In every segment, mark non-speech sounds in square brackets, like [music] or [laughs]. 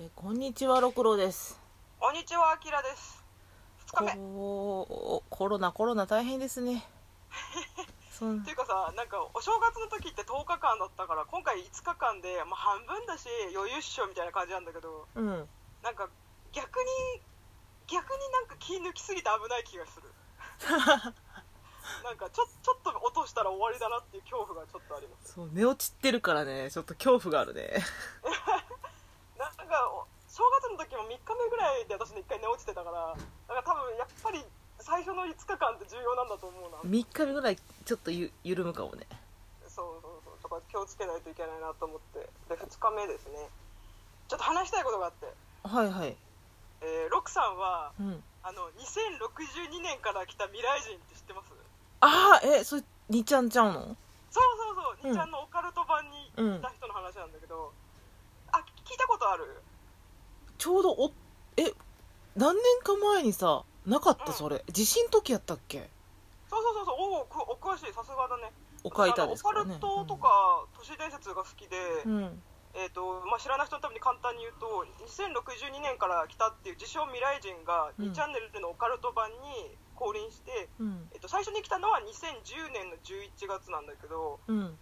えこんにちは六郎ですこんにちは、あきらです。二日目。こコロナコロナ大変です [laughs] ねそんっていうかさ、なんかお正月の時って10日間だったから、今回5日間で、まあ、半分だし、余裕っしょみたいな感じなんだけど、うんなんか逆に、逆になんか気抜きすぎて危ない気がする。なんかちょちょっと落としたら終わりだなっていう恐怖がちょっとあります。そう寝落ちってるからねちょっと恐怖があるねなんかお正月の時も3日目ぐらいで私ね、1回寝落ちてたから、なんか多分やっぱり最初の5日間って重要なんだと思うな。 3日目ぐらいちょっとゆ緩むかもねそうそうそうとか気をつけないといけないなと思ってで2日目ですねちょっと話したいことがあって、はいはいえー、ロクさんはうんあの2062年から来た未来人って知ってますああえそれにちゃんちゃうのそうそうそう、うんにちゃんのオカルト版にうんいた人の話なんだけど、あ聞いたことあるちょうどおえ何年か前にさなかったうんそれ地震の時やったっけそうそうそうそうおおくお詳しいさすがだねお書いたあでのオすカからルねトとか都市伝説が好きで、うん、うんえーとまあ、知らない人のために簡単に言うと2062年から来たっていう自称未来人がうん2チャンネルのオカルト版に降臨して、うんえっと最初に来たのは2010年の11月なんだけどうん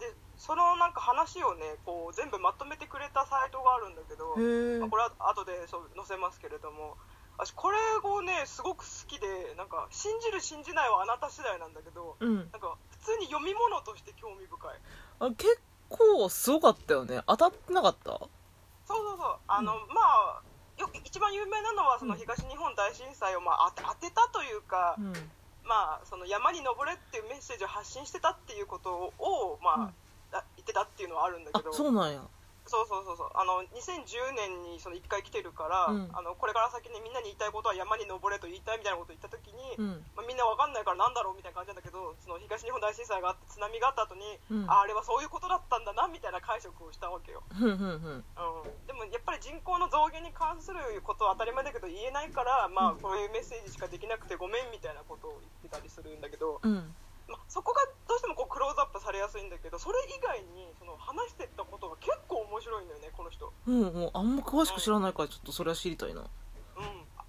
でそのなんか話をねこう全部まとめてくれたサイトがあるんだけど、へまえあ、これは後でそう載せますけれども私これをねすごく好きでなんか信じる信じないはあなた次第なんだけどうんなんか普通に読み物として興味深い。あ結構すごかったよね当たってなかったそうそうそう、あの、まあ、よく一番有名なのは、そのうん東日本大震災を、まあ、当て当てたというか、うんまあ、その山に登れっていうメッセージを発信してたっていうことを、うんまあ、あ言ってたっていうのはあるんだあけど、そうなんやそうそうそうそう、あの、2010年にその1回来てるから、うんあの、これから先にみんなに言いたいことは山に登れと言いたいみたいなことを言ったときに、うんまあ、みんなわかんないからなんだろうみたいな感じなんだけどその東日本大震災があって津波があった後に、うんああれはそういうことだったんだなみたいな解釈をしたわけよふんふんふんうんでもやっぱり人口の増減に関することは当たり前だけど言えないから、まあ、こういうメッセージしかできなくてごめんみたいなことを言ってたりするんだけど、うんまあ、そこがどうしてもこうクローズアップされやすいんだけどそれ以外にその話してったことが結構面白いんだよねこの人。うんうんあんま詳しく知らないからちょっとそれは知りたいなうん、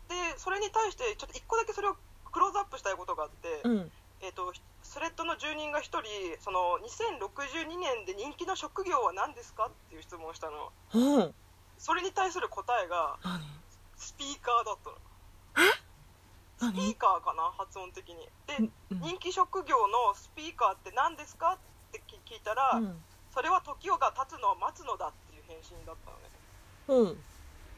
でそれに対してちょっと1個だけそれをクローズアップしたいことがあって、うんえっとスレッドの住人が1人その2062年で人気の職業は何ですかっていう質問をしたのうんそれに対する答えが何スピーカーだったの。スピ何ーカーかな発音的にでうん人気職業のスピーカーって何ですかって聞聞いたら、うんそれは時をが経つのを待つのだっていう返信だったのうんね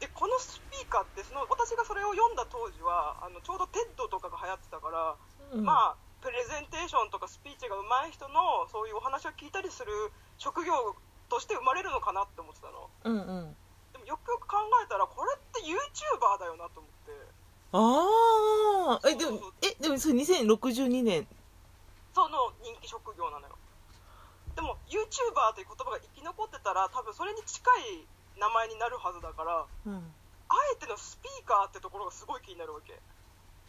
でこのスピーカーってその私がそれを読んだ当時はあのちょうど TED とかが流行ってたから、うんまあプレゼンテーションとかスピーチが上手い人のそういうお話を聞いたりする職業として生まれるのかなって思ってたのうんうんでもよくよく考えたらこれって YouTuber だよなと思っああてえでもえでもそれ2062年その人気職業なのよでも YouTuber という言葉が生き残ってたら多分それに近い名前になるはずだからうんあえてのスピーカーってところがすごい気になるわけち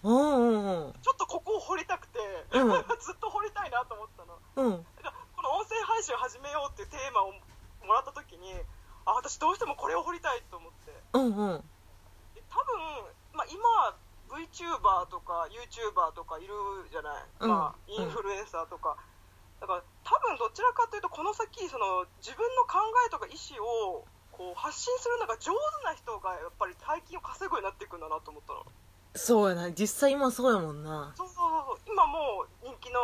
うんうんょっとここを掘りたくて、 [laughs] うんずっと掘りたいなと思ったのうんうんだからこの音声配信を始めようっていうテーマをもらった時にあ私どうしてもこれを掘りたいと思ってうんうんで多分、まあ、今は VTuber とか YouTuber とかいるじゃない、うんまあ、うんインフルエンサーとか、だから多分どちらかというとこの先その自分の考えとか意思をこう発信するのが上手な人がやっぱり大金を稼ぐようになっていくんだなと思ったのそうやな実際今そうやもんなそうそうそう今もう人気の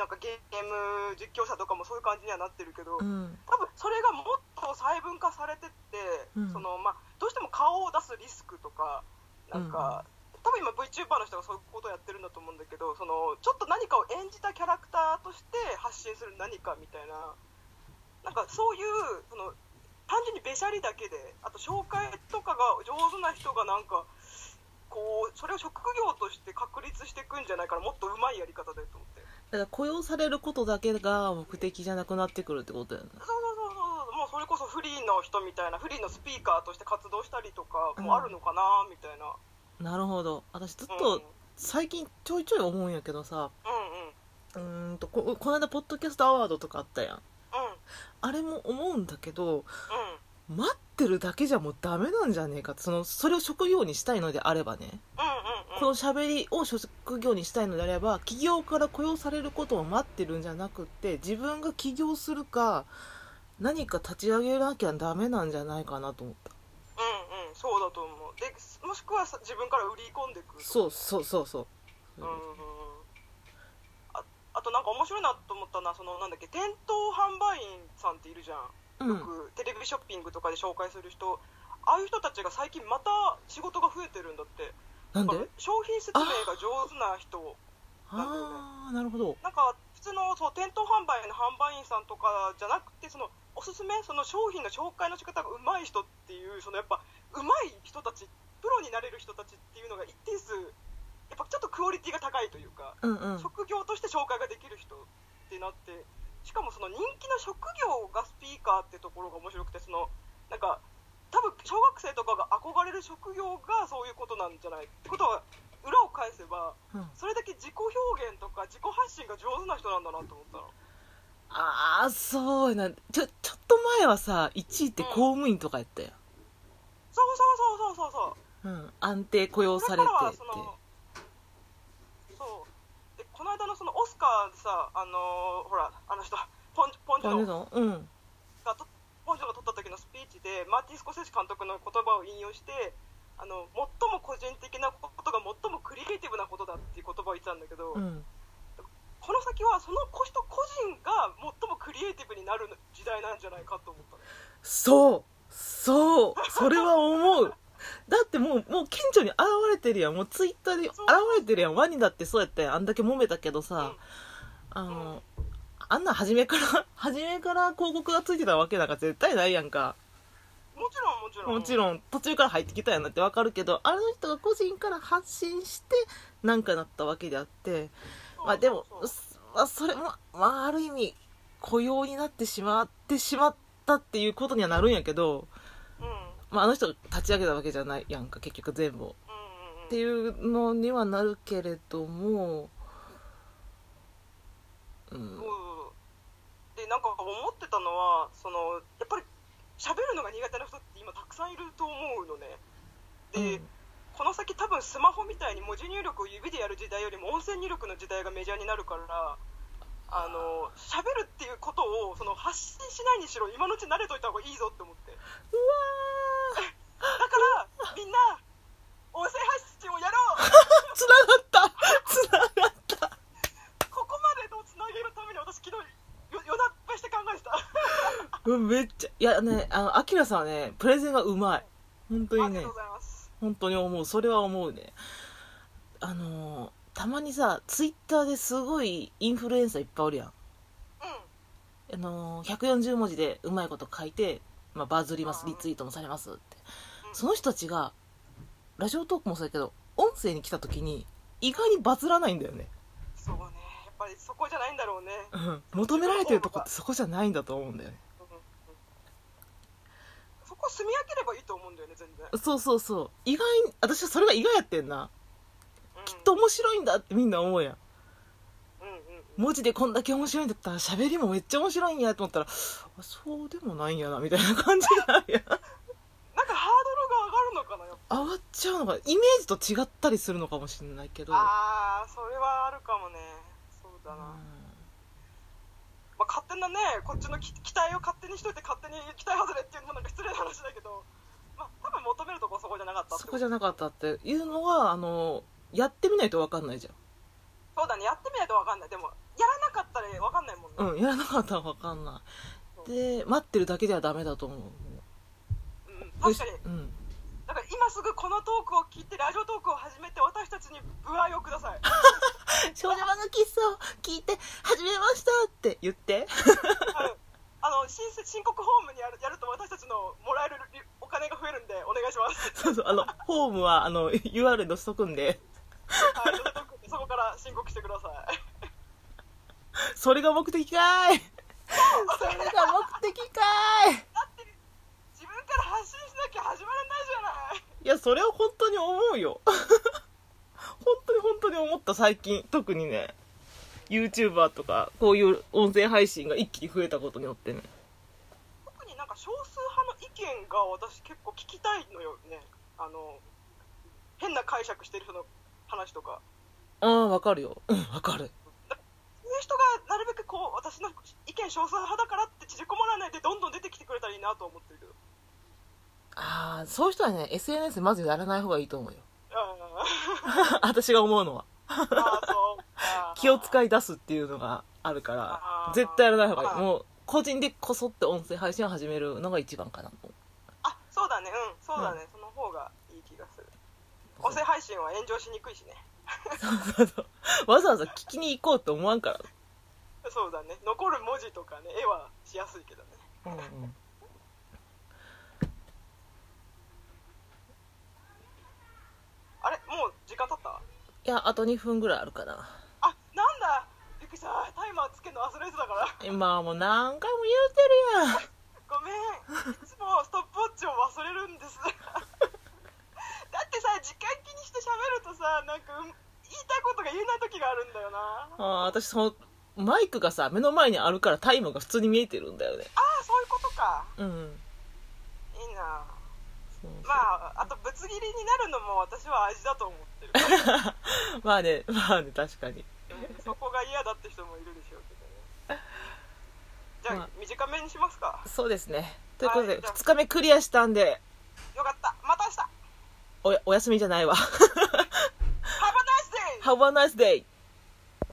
なんかゲーム実況者とかもそういう感じにはなってるけど、うん多分それがもっと細分化されてって、うんそのまあ、どうしても顔を出すリスクとかなんか、多分今 VTuber の人がそういうことをやってるんだと思うんだけどそのちょっと何かを演じたキャラクターとして発信する何かみたいななんかそういうその単純にべしゃりだけであと紹介とかが上手な人がなんかこうそれを職業として確立していくんじゃないからもっとうまいやり方でと思って。だから雇用されることだけが目的じゃなくなってくるってことやなそうそうそうそうもうそれこそフリーの人みたいなフリーのスピーカーとして活動したりとかもあるのかなみたいな、なるほど私ずっうん、うんと最近ちょいちょい思うんやけどさうんうーんとここの間ポッドキャストアワードとかあったやんうんうんあれも思うんだけど待ってるだけじゃもうダメなんじゃねえかってそのそれを職業にしたいのであればねうんこの喋りを職業にしたいのであれば起業から雇用されることを待ってるんじゃなくって自分が起業するか何か立ち上げなきゃダメなんじゃないかなと思ったうんうんそうだと思うでもしくはさ自分から売り込んでいくとそうそうそうそううんうんうんああとなんか面白いなと思ったのはそのなんだっけ店頭販売員さんっているじゃうんよんくテレビショッピングとかで紹介する人ああいう人たちが最近また仕事が増えてるんだってなんでだから商品説明が上手な人ああなるほどなんか普通のそう店頭販売の販売員さんとかじゃなくてそのおすすめその商品の紹介の仕方がうまい人っていうそのやっぱうまい人たちプロになれる人たちっていうのが一定数やっぱちょっとクオリティが高いというか、うんうん職業として紹介ができる人ってなってしかもその人気の職業がスピーカーってところが面白くてそのなんか多分小学生とかが憧れる職業がそういうことなんじゃないってことは裏を返せばうんそれだけ自己表現とか自己発信が上手な人なんだなと思ったのああそうやなちょちょっと前はさ1位って公務員とかやったよ、そうそうそうそうそううそうん、安定雇用こされれてっからはてそのそうでこの間のそのオスカーでさあのーほらあの人ポンポンジあョれののうんがとポンジョが取った時のスピーチでマーティン・スコセッシ監督の言葉を引用してあの最も個人的なことが最もクリエイティブなことだっていう言葉を言ってたんだけど、うんこの先はその個人個人が最もクリエイティブになる時代なんじゃないかと思ったのそうそうそれは思うだってもうもう近所に現れてるやんもうツイッターで現れてるやんワニだってそうやってあんだけ揉めたけどさ、あの、あんな初めから初めから広告がついてたわけなんか絶対ないやんかもちろんもちろんもちろん途中から入ってきたやなってわかるけどあの人が個人から発信してなんかなったわけであってそうまあでもそうそうすまあ、それも、まあ、ある意味雇用になってしまってしまったっていうことにはなるんやけど、うんうんまあ、あの人が立ち上げたわけじゃないやんか結局全部をうんうんっていうのにはなるけれどもうんそうでなんか思ってたのはそのやっぱり喋るのが苦手な人って今たくさんいると思うのねで、うんこの先多分スマホみたいに文字入力を指でやる時代よりも音声入力の時代がメジャーになるからあの喋るっていうことをその発信しないにしろ今のうち慣れといた方がいいぞって思ってだからみんな音声発信をやろうつながったつながったここまでとつなげるために私昨日よよだっぱして考えてたうんめっちゃいやねあのアキラさんはねプレゼンがうまい本当あにりがねとうございます本当に思うそれは思うねあのーたまにさツイッターですごいインフルエンサーいっぱいおるやんうあのー140文字でうまいこと書いて、まあ、バズりますうんリツイートもされますってうんその人たちがラジオトークもそうやけど音声に来た時に意外にバズらないんだよね、 [laughs] んそうねやっぱりそこじゃないんだろうね、うん、求められてるとこってそこじゃないんだと思うんだよねうんうんそこ住み分ければいいと思うんだよね全然、う、そうそうそう意外に私はそれが意外やってんなんきっと面白いんだってみんな思うやんうんうんうん文字でこんだけ面白いんだったら喋りもめっちゃ面白いんやと思ったらあそうでもないんやなみたいな感じなんやなんかハードルが上がるのかなやっぱ上がっちゃうのかイメージと違ったりするのかもしれないけどああそれはあるかもねそうだな、まあ、勝手なねこっちのき期待を勝手にしといて勝手に期待外れっていうのもなんか失礼な話だけどまあ多分求めるとこはそこじゃなかっうたんってそこことじゃなかったっていうのはあのやってみないと分かんないじそうだねやってみないと分かんないでもやらなかったら分かんないもんねゃんうんやらなかったら分かんないで待ってるだけではダメだと思ううん、確かにうん、だから今すぐこのトークを聞いてラジオトークを始めて私たちに部愛をくだ [laughs] さい少女漫画喫茶を聞いて始めましたって言ってうんあの申請申告ホームにやるやると私たちのもらえるりお金が増えるんでお願いします [laughs] そうそうあのホームはあの URL 載せとくんではいラジオトークでそこから申告してくださいそれが目的かーいそれが目的かーいだって自分から発信しなきゃ始まらないじゃないいやそれを本当に思うよ本当に本当に思った最近特にね YouTuber とかこういう音声配信が一気に増えたことによってね特になんか少数派の意見意見が私結構聞きたいのよねあの変な解釈してる人の話とかああわかるようんわかるそういう人がなるべくこう私の意見少数派だからって縮こまらないでどんどん出てきてくれたらいいなと思ってるけどああそういう人はね SNS まずやらない方がいいと思うよあ [laughs] 私が思うのはーそうか気を使い出すっていうのがあるからあー絶対やらない方がいいはいもう個人でこそって音声配信を始めるのが一番かなと思あそうだねうんそうだね、その方がいい気がするう音声配信は炎上しにくいしね [laughs] わざわざ聞きに行こうと思わんからそうだね残る文字とかね絵はしやすいけどねうんうんあれもう時間経ったいやあと2分ぐらいあるかなあなんだびっくりしたタイマーつけるの忘れてたから今はもう何回も言うてるやんごめんいつもストップウォッチを忘れるんですだってさ時間気にして喋るとさなんかうん言いたいことが言えない時があるんだよなああー私そのマイクがさ目の前にあるからタイムが普通に見えてるんだよねあそういうことかうんいいなそうまああとぶつ切りになるのも私は味だと思ってる [laughs] まあねまあね確かにうんそこが嫌だって人もいるでしょうけどねじゃあ、まあ短めにしますかそうですねということはでいじゃあ2日目クリアしたんでよかったまた明日おやお休みじゃないわ [laughs] Have a nice day! Have a nice day!